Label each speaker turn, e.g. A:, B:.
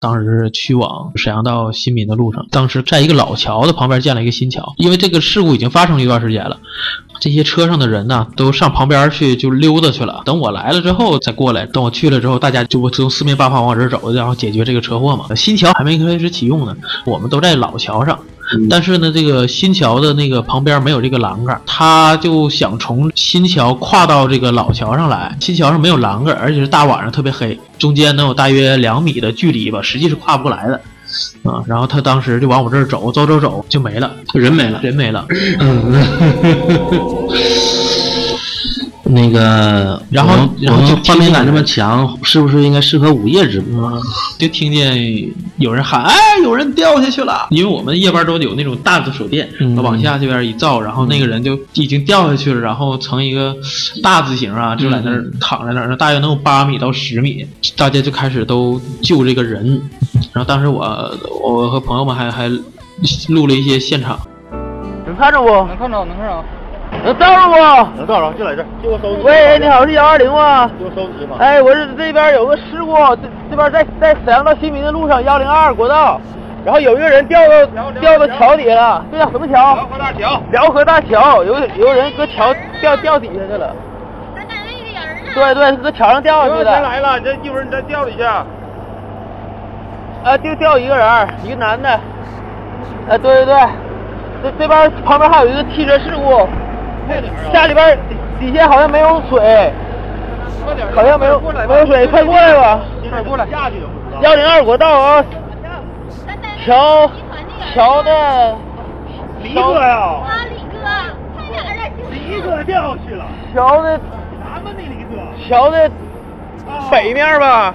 A: 当时是去往沈阳到新民的路上，当时在一个老桥的旁边建了一个新桥，因为这个事故已经发生了一段时间了。这些车上的人呢，都上旁边去就溜达去了。等我来了之后再过来，等我去了之后，大家就从四面八方往这儿走，然后解决这个车祸嘛。新桥还没开始启用呢，我们都在老桥上。
B: 嗯
A: 但是呢，这个新桥的那个旁边没有这个栏杆，他就想从新桥跨到这个老桥上来。新桥上没有栏杆，而且是大晚上特别黑，中间能有大约两米的距离吧，实际是跨不过来的。啊，然后他当时就往我这儿走，走走走就没了，
B: 人没了。
A: 人没了。
B: 那个，
A: 然后
B: 我们
A: 然后
B: 我们
A: 就
B: 画面感这么强，是不是应该适合午夜直播？
A: 嗯，就听见有人喊：“哎，有人掉下去了！”因为我们夜班都有那种大的手电，
B: 嗯
A: 往下这边一照，然后那个人就已经掉下去了，然后成一个大字形啊，就在那儿躺在那儿，大约能有八米到十米，大家就开始都救这个人。然后当时我我和朋友们还还录了一些现场，
C: 能看着不？
D: 能看着，能看着。
C: 能到着不？
E: 能到着就在这儿，给我收集。
C: 喂，你，好，是幺二零吗？
E: 给我收集嘛。
C: 哎，我是这边有个事故，这这边在在沈阳到新民的路上幺零二国道，然后有一个人掉到掉到桥底下了，这叫什么桥？
E: 河大桥。
C: 辽河大桥，有有个人搁桥掉掉底下去了。
F: 咱感觉有人呢。
C: 对对，搁桥上掉下去的，
E: 了，你这一会儿你再调一下。
C: 啊，就掉一个人儿，一个男的。啊，对对对，这这边旁边还有一个汽车事故，
D: 啊
E: 啊
C: 下里边儿底下好像没有水，
E: 快点
C: 好像没有没有水，快过来吧。
E: 快过来。下去就不知道。
C: 幺零二国道啊，
F: 咱在
C: 桥
F: 集团那有人
C: 桥的
E: 李哥呀，
F: 啊，李哥，快点儿的，
E: 李哥掉下去了，
C: 桥的
E: 咱们的李哥。
C: 桥的北面吧。